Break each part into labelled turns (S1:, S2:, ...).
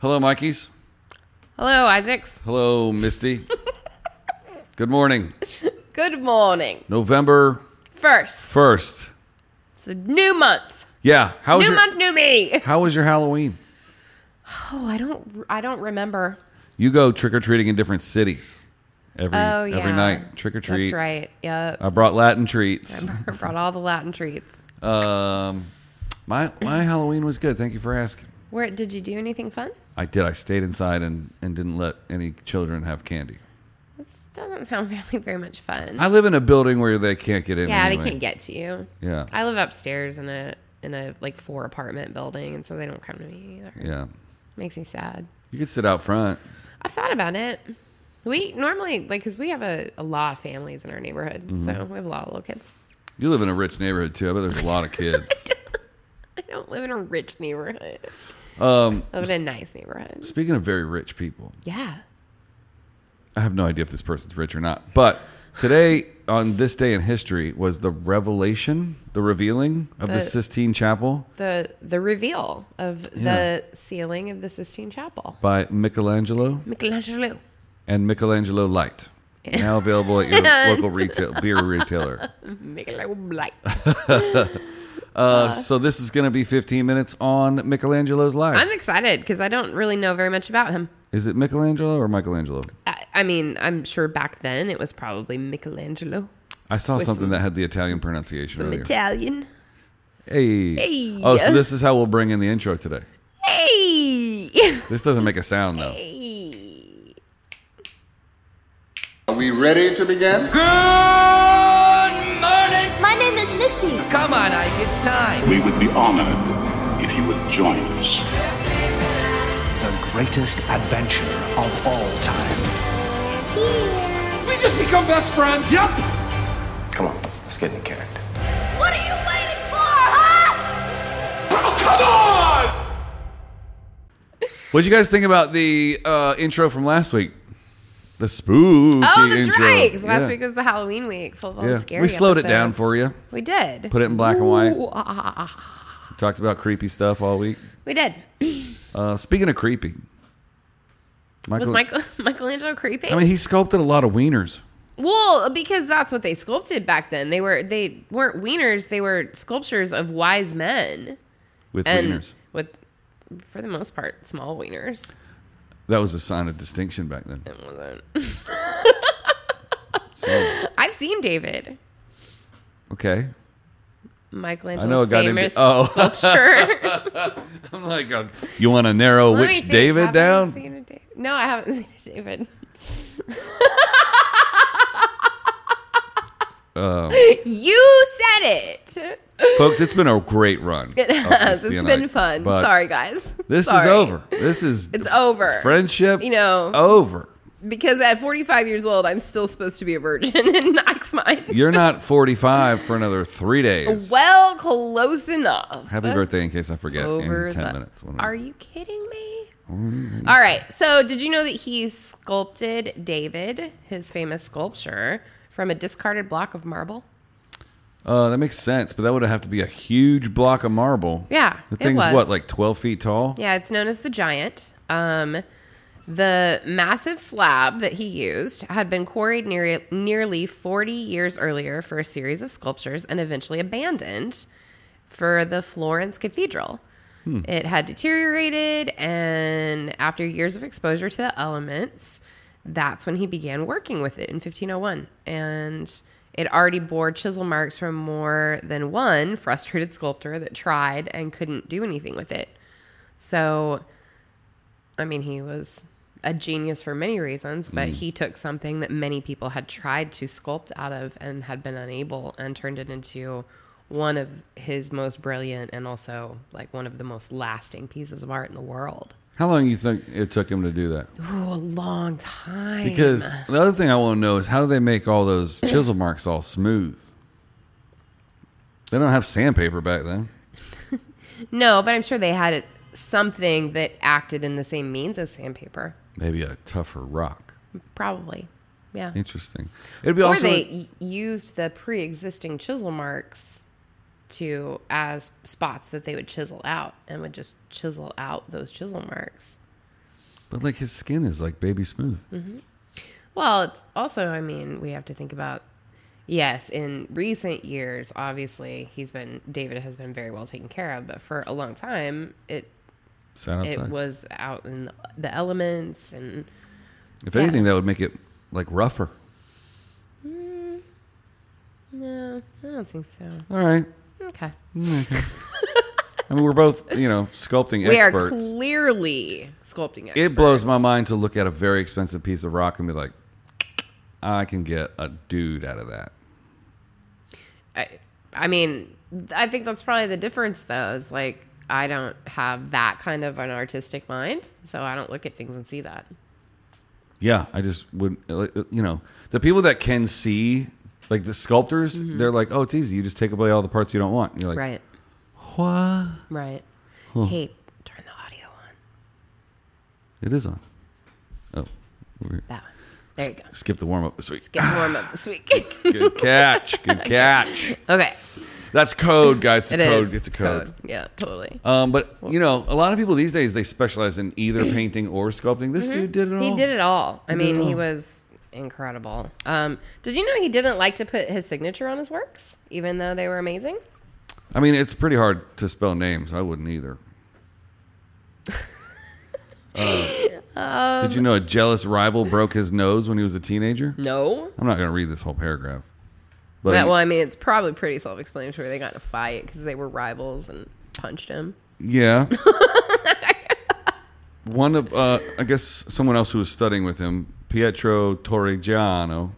S1: Hello, Mikeys.
S2: Hello, Isaacs.
S1: Hello, Misty. Good morning.
S2: Good morning.
S1: November
S2: First,
S1: first.
S2: it's a new month.
S1: Yeah. How was
S2: new
S1: your
S2: month, new me.
S1: How was your Halloween?
S2: Oh, I don't, I don't remember.
S1: You go trick or treating in different cities every
S2: Oh, yeah.
S1: every night. Trick or treat. Uh.
S2: That's right. Yep.
S1: I brought Latin treats.
S2: I brought all the Latin treats.
S1: Um, my my Halloween was good. Thank you for asking.
S2: Where did you do anything fun?
S1: I did. I stayed inside and and didn't let any children have candy.
S2: This doesn't sound really very much fun.
S1: I live in a building where they can't get in.
S2: yeah,
S1: anyway.
S2: they can't get to you.
S1: Yeah.
S2: I live upstairs in a in a like four apartment building, and so they don't come to me either.
S1: Yeah.
S2: Makes me sad.
S1: You could sit out front.
S2: I've thought about it. We normally like because we have a, a lot of families in our neighborhood,
S1: Mm-hmm.
S2: so we have a lot of little kids.
S1: You live in a rich neighborhood too. I bet there's a lot of kids.
S2: I don't live in a rich neighborhood.
S1: Um,
S2: I live in a nice neighborhood.
S1: speaking of very rich people,
S2: Yeah.
S1: I have no idea if this person's rich or not. But today, on this day in history, was the revelation, the revealing of the
S2: The-
S1: Sistine Chapel
S2: The the reveal of
S1: Yeah.
S2: the ceiling of the Sistine Chapel.
S1: by Michelangelo
S2: Michelangelo.
S1: and Michelangelo Light. Now available at your local retail beer retailer.
S2: Michelangelo Blight. Uh-huh.
S1: Uh, so this is going to be 15 minutes on Michelangelo's life.
S2: I'm excited because I don't really know very much about him.
S1: is it Michelangelo or Michelangelo?
S2: I, I mean, I'm sure back then it was probably Michelangelo.
S1: I saw
S2: With
S1: something
S2: some-
S1: that had the Italian pronunciation
S2: Some
S1: earlier.
S2: Italian.
S1: hey.
S2: Hey.
S1: Oh, so this is how we'll bring in the intro today.
S2: Hey.
S1: This doesn't make a sound though.
S3: Are we ready to begin?
S4: My name is Misty.
S5: Come on, Ike, it's time.
S6: We would be honored if you would join us.
S5: The greatest adventure of all time.
S7: We just become best friends. Yep.
S5: Come on, let's get in character.
S4: What are you waiting for, huh?
S1: What'd you guys think about the uh, intro from last week? The spooky
S2: Oh, that's
S1: intro.
S2: right. 'cause last
S1: Yeah.
S2: week was the Halloween week, full of all
S1: Yeah.
S2: the scary.
S1: We slowed it down
S2: episodes.
S1: for you.
S2: We did.
S1: Put it in black and white.
S2: Ooh, ah, ah, ah, ah.
S1: Talked about creepy stuff all week.
S2: We did.
S1: Uh, speaking of creepy, Michael,
S2: Was Michael Michelangelo creepy?
S1: I mean, he sculpted a lot of wieners.
S2: well, because that's what they sculpted back then. They were they weren't wieners. They were sculptures of wise men
S1: With
S2: and
S1: wieners,
S2: with, for the most part, small wieners.
S1: that was a sign of distinction back then.
S2: It wasn't.
S1: So,
S2: I've seen David
S1: okay,
S2: Michelangelo's
S1: know a guy named-
S2: famous
S1: oh.
S2: sculpture.
S1: I'm like, uh, you want to narrow
S2: Let me
S1: which
S2: think.
S1: David
S2: Have I
S1: down?
S2: seen a David? No, I haven't seen a David.
S1: Um,
S2: you said it.
S1: Folks, it's been a great run.
S2: It has. It's been fun.
S1: But
S2: Sorry, guys.
S1: This is
S2: Sorry.
S1: over. This is
S2: It's over.
S1: Friendship,
S2: You know-
S1: over.
S2: Because at 45 years old, I'm still supposed to be a virgin in Knox mind.
S1: You're not 45 for another three days.
S2: well close enough.
S1: Happy birthday, in case I forget,
S2: Over
S1: in 10
S2: the-
S1: minutes. When we-
S2: Are you kidding me? All right. So, did you know that he sculpted David, his famous sculpture, from a discarded block of marble?
S1: uh, that makes sense, but that would have to be a huge block of marble.
S2: Yeah,
S1: The
S2: it
S1: thing's
S2: was.
S1: what, like 12 feet tall?
S2: Yeah, it's known as the Giant. Um, the massive slab that he used had been quarried near, nearly 40 years earlier for a series of sculptures and eventually abandoned for the Florence Cathedral. It had deteriorated, and after years of exposure to the elements, that's when he began working with it in 1501. And it already bore chisel marks from more than one frustrated sculptor that tried and couldn't do anything with it. So, I mean, he was a genius for many reasons, but he took something that many people had tried to sculpt out of and had been unable and turned it into one of his most brilliant and also like one of the most lasting pieces of art in the world.
S1: How long do you think it took him to do that?
S2: Oh, a long time.
S1: Because the other thing I want to know is how do they make all those chisel marks all smooth? They don't have sandpaper back then.
S2: no, but I'm sure they had it, something that acted in the same means as sandpaper.
S1: Maybe a tougher rock.
S2: Probably. Yeah.
S1: Interesting. It'd be
S2: or
S1: also
S2: they y- used the pre-existing chisel marks to as spots that they would chisel out and would just chisel out those chisel marks
S1: But like his skin is like baby smooth.
S2: Mm. Well, it's also, I mean, we have to think about yes, in recent years, obviously, he's been David has been very well taken care of, but for a long time, it
S1: Sat outside.
S2: it was out in the, the elements and
S1: if
S2: yeah.
S1: anything, that would make it like rougher.
S2: no, I don't think so.
S1: All right.
S2: Okay.
S1: I mean, we're both you know sculpting
S2: We are
S1: experts.
S2: clearly sculpting experts.
S1: it blows my mind to look at a very expensive piece of rock and be like, I can get a dude out of that.
S2: I, I mean, I think that's probably the difference, though, is like I don't have that kind of an artistic mind. So I don't look at things and see that.
S1: Yeah, I just would not you know the people that can see like the sculptors, they're like, oh, it's easy. You just take away all the parts you don't want. And you're like,
S2: Mm-hmm. Right.
S1: what?
S2: Right. Hey, turn the audio on.
S1: It is on. Oh, we're-
S2: That one. There you go.
S1: skip the warm up this week.
S2: Let's get warm up this week.
S1: Good catch. Good catch.
S2: okay.
S1: That's code, guys. It's a
S2: It is.
S1: code. It's a code.
S2: Yeah, totally.
S1: Um, but you know, a lot of people these days they specialize in either painting or sculpting. This dude did it all.
S2: Mm-hmm. He did it all. I
S1: He did it
S2: mean, he
S1: all.
S2: was incredible. Um, did you know he didn't like to put his signature on his works, even though they were amazing?
S1: I mean, it's pretty hard to spell names. I wouldn't either.
S2: Um,
S1: Uh, did you know a jealous rival broke his nose when he was a teenager?
S2: No.
S1: I'm not going to read this whole paragraph. But
S2: But, well, I mean, it's probably pretty self-explanatory. They got in a fight because they were rivals and punched him.
S1: yeah. One of, uh, I guess, someone else who was studying with him, Pietro Torrigiano,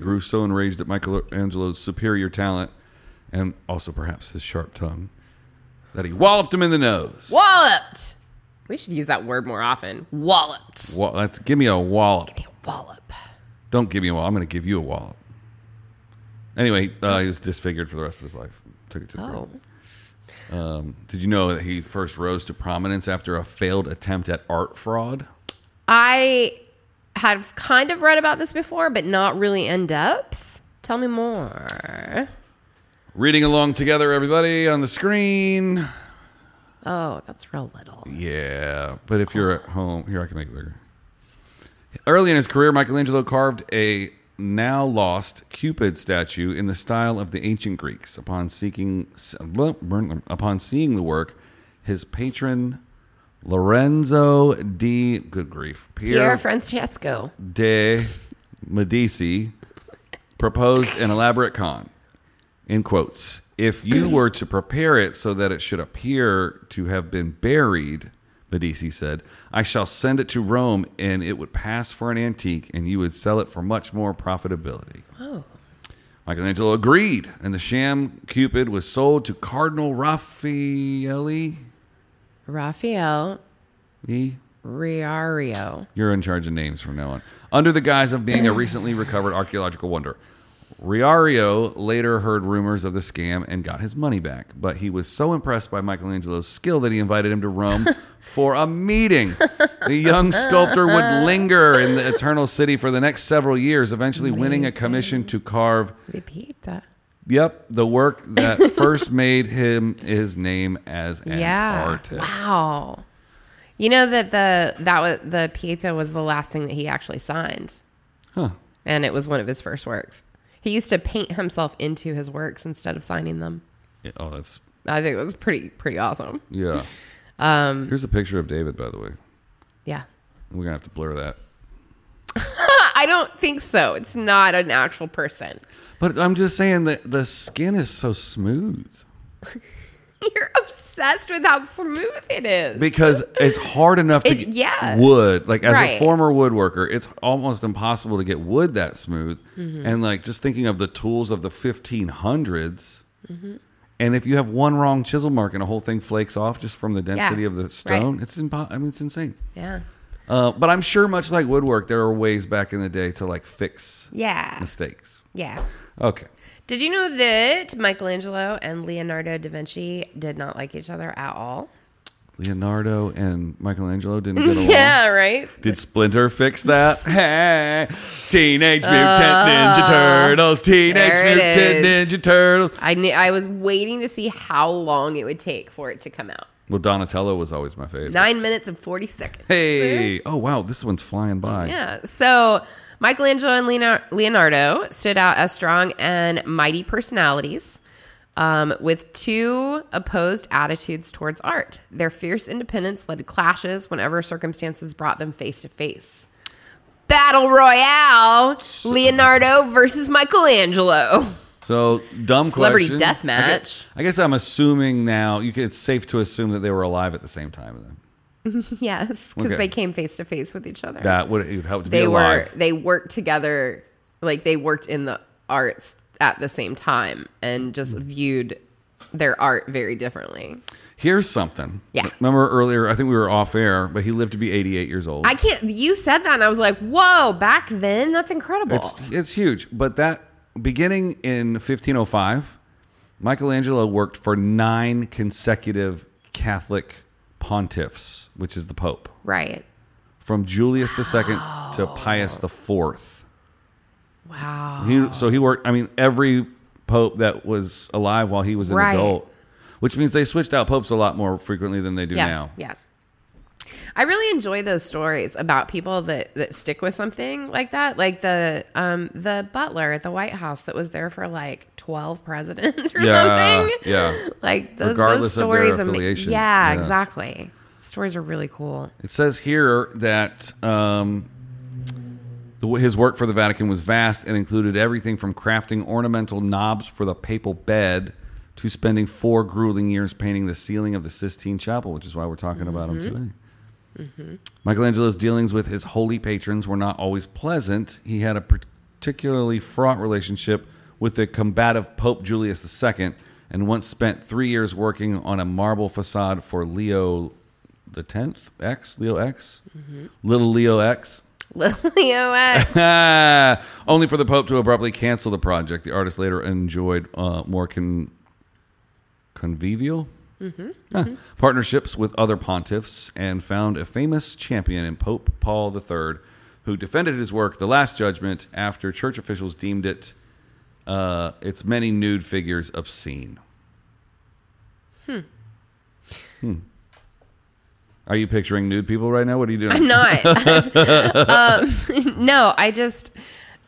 S1: grew so enraged at Michelangelo's superior talent and also perhaps his sharp tongue that he walloped him in the nose.
S2: Walloped. We should use that word more often. Walloped.
S1: Well, that's give me a wallop.
S2: Wallop.
S1: Don't give me a wallop. I'm going to give you a wallop. Anyway, uh, he was disfigured for the rest of his life. Took it to the
S2: Oh.
S1: grave. Um, Did you know that he first rose to prominence after a failed attempt at art fraud?
S2: I have kind of read about this before, but not really in depth. Tell me more.
S1: Reading along together, everybody on the screen.
S2: Oh, that's real little.
S1: Yeah, but if you're at home, here I can make it bigger. Early in his career, Michelangelo carved a now lost Cupid statue in the style of the ancient Greeks. Upon seeking, upon seeing the work, his patron Lorenzo di Good grief,
S2: Pier
S1: Pier
S2: Francesco.
S1: de Medici proposed an elaborate con. In quotes, if you were to prepare it so that it should appear to have been buried, Medici said, I shall send it to Rome and it would pass for an antique and you would sell it for much more profitability. Michelangelo agreed, and the sham Cupid was sold to Cardinal Raffaelli.
S2: Raphael
S1: He
S2: Riario.
S1: You're in charge of names from now on. Under the guise of being a recently recovered archaeological wonder, Riario later heard rumors of the scam and got his money back. But he was so impressed by Michelangelo's skill that he invited him to Rome for a meeting. The young sculptor would linger in the Eternal City for the next several years, eventually winning a commission to carve
S2: Pepita.
S1: Yep, the work that first made him his name as an
S2: yeah.
S1: artist.
S2: Wow. You know that the that was the Pieta was the last thing that he actually signed.
S1: Huh.
S2: And it was one of his first works. He used to paint himself into his works instead of signing them.
S1: Yeah, Oh, that's
S2: I think that's pretty pretty awesome.
S1: yeah.
S2: Um,
S1: Here's a picture of David, by the way.
S2: Yeah.
S1: We're gonna have to blur that.
S2: I don't think so. It's not an actual person.
S1: But I'm just saying that the skin is so smooth
S2: You're obsessed with how smooth it is.
S1: because it's hard enough to
S2: It-
S1: get
S2: yeah.
S1: wood. Like as a
S2: Right.
S1: former woodworker, it's almost impossible to get wood that smooth.
S2: Mm-hmm.
S1: And like just thinking of the tools of the 1500s,
S2: Mm-hmm.
S1: and if you have one wrong chisel mark and a whole thing flakes off just from the density of the
S2: right.
S1: stone, it's impo- I mean it's insane.
S2: yeah.
S1: Uh, but I'm sure, much like woodwork, there are ways back in the day to like fix
S2: Yeah.
S1: mistakes.
S2: Yeah.
S1: Okay.
S2: Did you know that Michelangelo and Leonardo da Vinci did not like each other at all?
S1: Leonardo and Michelangelo didn't get along.
S2: Yeah, right?
S1: Did Splinter fix that? hey, Teenage Mutant Ninja Turtles. Teenage
S2: Ah, there it
S1: Mutant
S2: is.
S1: Ninja Turtles.
S2: I knew I was waiting to see how long it would take for it to come out.
S1: Well, Donatello was always my favorite.
S2: Nine minutes and 40 seconds.
S1: Hey! Oh wow, this one's flying by.
S2: Yeah. So Michelangelo and Leonar- Leonardo stood out as strong and mighty personalities um, with two opposed attitudes towards art. Their fierce independence led to clashes whenever circumstances brought them face to face. Battle Royale Leonardo versus Michelangelo.
S1: So dumb
S2: Celebrity
S1: question.
S2: death
S1: I gue-
S2: match.
S1: I guess I'm assuming now. You can, it's safe to assume that they were alive at the same time. Then
S2: yes, because
S1: Okay.
S2: they came face to face with each other.
S1: that would it would help to be
S2: they were
S1: alive.
S2: they worked together like they worked in the arts at the same time and just viewed their art very differently.
S1: Here's something.
S2: Yeah.
S1: Remember earlier? I think we were off air, but he lived to be 88 years old.
S2: I can't you said that and I was like, "Whoa, back then that's incredible."
S1: It's it's huge. But that beginning in 1505, Michelangelo worked for nine consecutive Catholic pontiffs, which is the Pope,
S2: right.
S1: from Julius II to Pius the Fourth.
S2: Wow.
S1: He, so he worked. I mean, every pope that was alive while he was an
S2: Right.
S1: adult, which means they switched out popes a lot more frequently than they do
S2: Yeah.
S1: now.
S2: Yeah. I really enjoy those stories about people that, that stick with something like that, like the um, the butler at the White House that was there for like twelve presidents or
S1: Yeah,
S2: something.
S1: yeah.
S2: like those, those
S1: Regardless of their
S2: stories. ama-
S1: affiliation.
S2: yeah,
S1: Yeah.
S2: exactly. Stories are really cool.
S1: It says here that um, the, his work for the Vatican was vast and included everything from crafting ornamental knobs for the papal bed to spending four grueling years painting the ceiling of the Sistine Chapel, which is why we're talking about him today. Michelangelo's dealings with his holy patrons were not always pleasant. He had a particularly fraught relationship with the combative Pope Julius II and once spent three years working on a marble facade for Leo the 10th X, Leo X, little Leo X.
S2: Leo X.
S1: Ah, only for the Pope to abruptly cancel the project. The artist later enjoyed uh, more con- convivial
S2: Mm-hmm.
S1: Huh. partnerships with other pontiffs and found a famous champion in Pope Paul III, who defended his work, The Last Judgment, after church officials deemed it uh, its many nude figures obscene. Hmm.
S2: Hmm.
S1: Are you picturing nude people right now? What are you doing?
S2: I'm not. um, no, I just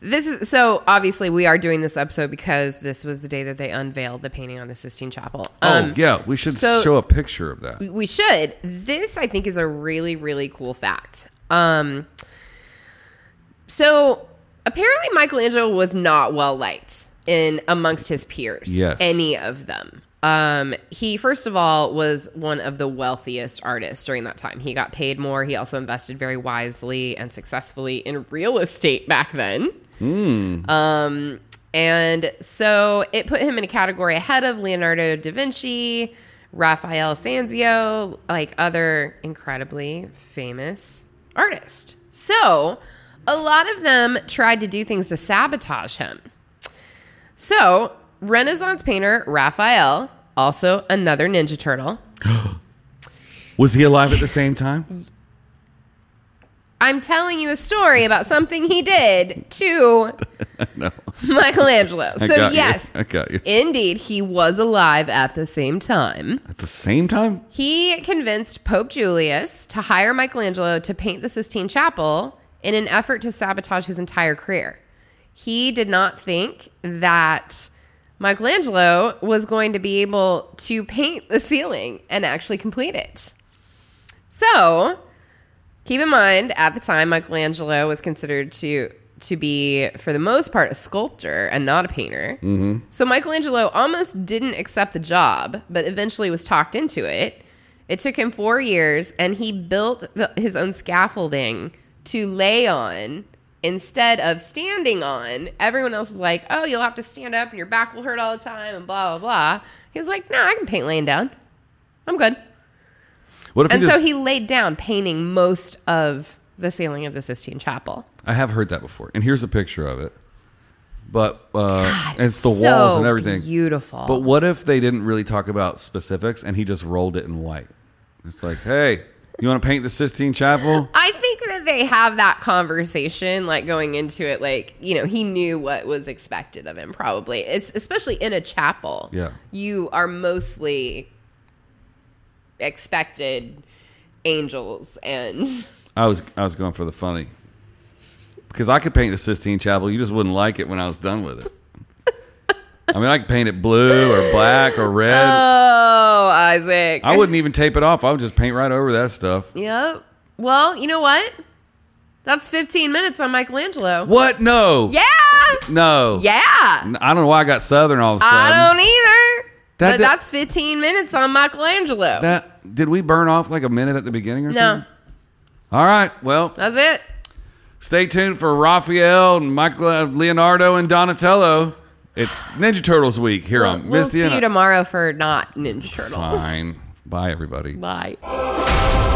S2: this is so obviously we are doing this episode because this was the day that they unveiled the painting on the Sistine Chapel. Um,
S1: oh, yeah. We should
S2: so-
S1: show a picture of that.
S2: we should. This I think is a really really cool fact. Um so apparently Michelangelo was not well liked in amongst his peers.
S1: Yes.
S2: Any of them. Um he first of all was one of the wealthiest artists during that time. He got paid more. He also invested very wisely and successfully in real estate back then. Um, and so it put him in a category ahead of Leonardo da Vinci, Raphael Sanzio, like other incredibly famous artists. So a lot of them tried to do things to sabotage him. So Renaissance painter Raphael, also another Ninja Turtle.
S1: Was he alive at the same time?
S2: I'm telling you a story about something he did to Michelangelo.
S1: I
S2: So
S1: got you.
S2: yes,
S1: I got you.
S2: Indeed, he was alive at the same time.
S1: At the same time?
S2: He convinced Pope Julius to hire Michelangelo to paint the Sistine Chapel in an effort to sabotage his entire career. He did not think that Michelangelo was going to be able to paint the ceiling and actually complete it. So, keep in mind at the time Michelangelo was considered to to be for the most part a sculptor and not a painter. So Michelangelo almost didn't accept the job, but eventually was talked into it. It took him four years, and he built the, his own scaffolding to lay on instead of standing on. Everyone else is like, "Oh, you'll have to stand up, and your back will hurt all the time," and blah blah blah. He was like, "No, I can paint laying down. I'm good."
S1: What if
S2: And
S1: he just,
S2: so he laid down, painting most of the ceiling of the Sistine Chapel.
S1: I have heard that before. And here's a picture of it. But uh, it's the
S2: so
S1: walls and everything.
S2: beautiful.
S1: But what if they didn't really talk about specifics and he just rolled it in white? It's like, hey, you want to paint the Sistine Chapel?
S2: I think that they have that conversation, like going into it, like you know, he knew what was expected of him. Probably, it's especially in a chapel.
S1: Yeah.
S2: you are mostly expected angels and
S1: I was I was going for the funny because I could paint the Sistine Chapel. You just wouldn't like it when I was done with it. I mean, I could paint it blue or black or red.
S2: oh, Isaac.
S1: I wouldn't even tape it off. I would just paint right over that stuff.
S2: Yep. Well, you know what? That's 15 minutes on Michelangelo.
S1: What? No.
S2: Yeah.
S1: No.
S2: Yeah.
S1: I don't know why I got Southern all of a sudden.
S2: I don't
S1: That-
S2: either. but
S1: that-
S2: that's 15 minutes on Michelangelo.
S1: That did we burn off like a minute at the beginning or
S2: no,
S1: something? All right. Well,
S2: that's it.
S1: stay tuned for Raphael and Michael, uh, Leonardo and Donatello. It's Ninja Turtles week here
S2: We'll,
S1: on
S2: we'll
S1: Misty
S2: see
S1: and
S2: you
S1: I-
S2: tomorrow for not Ninja Turtles.
S1: Fine. Bye everybody.
S2: Bye.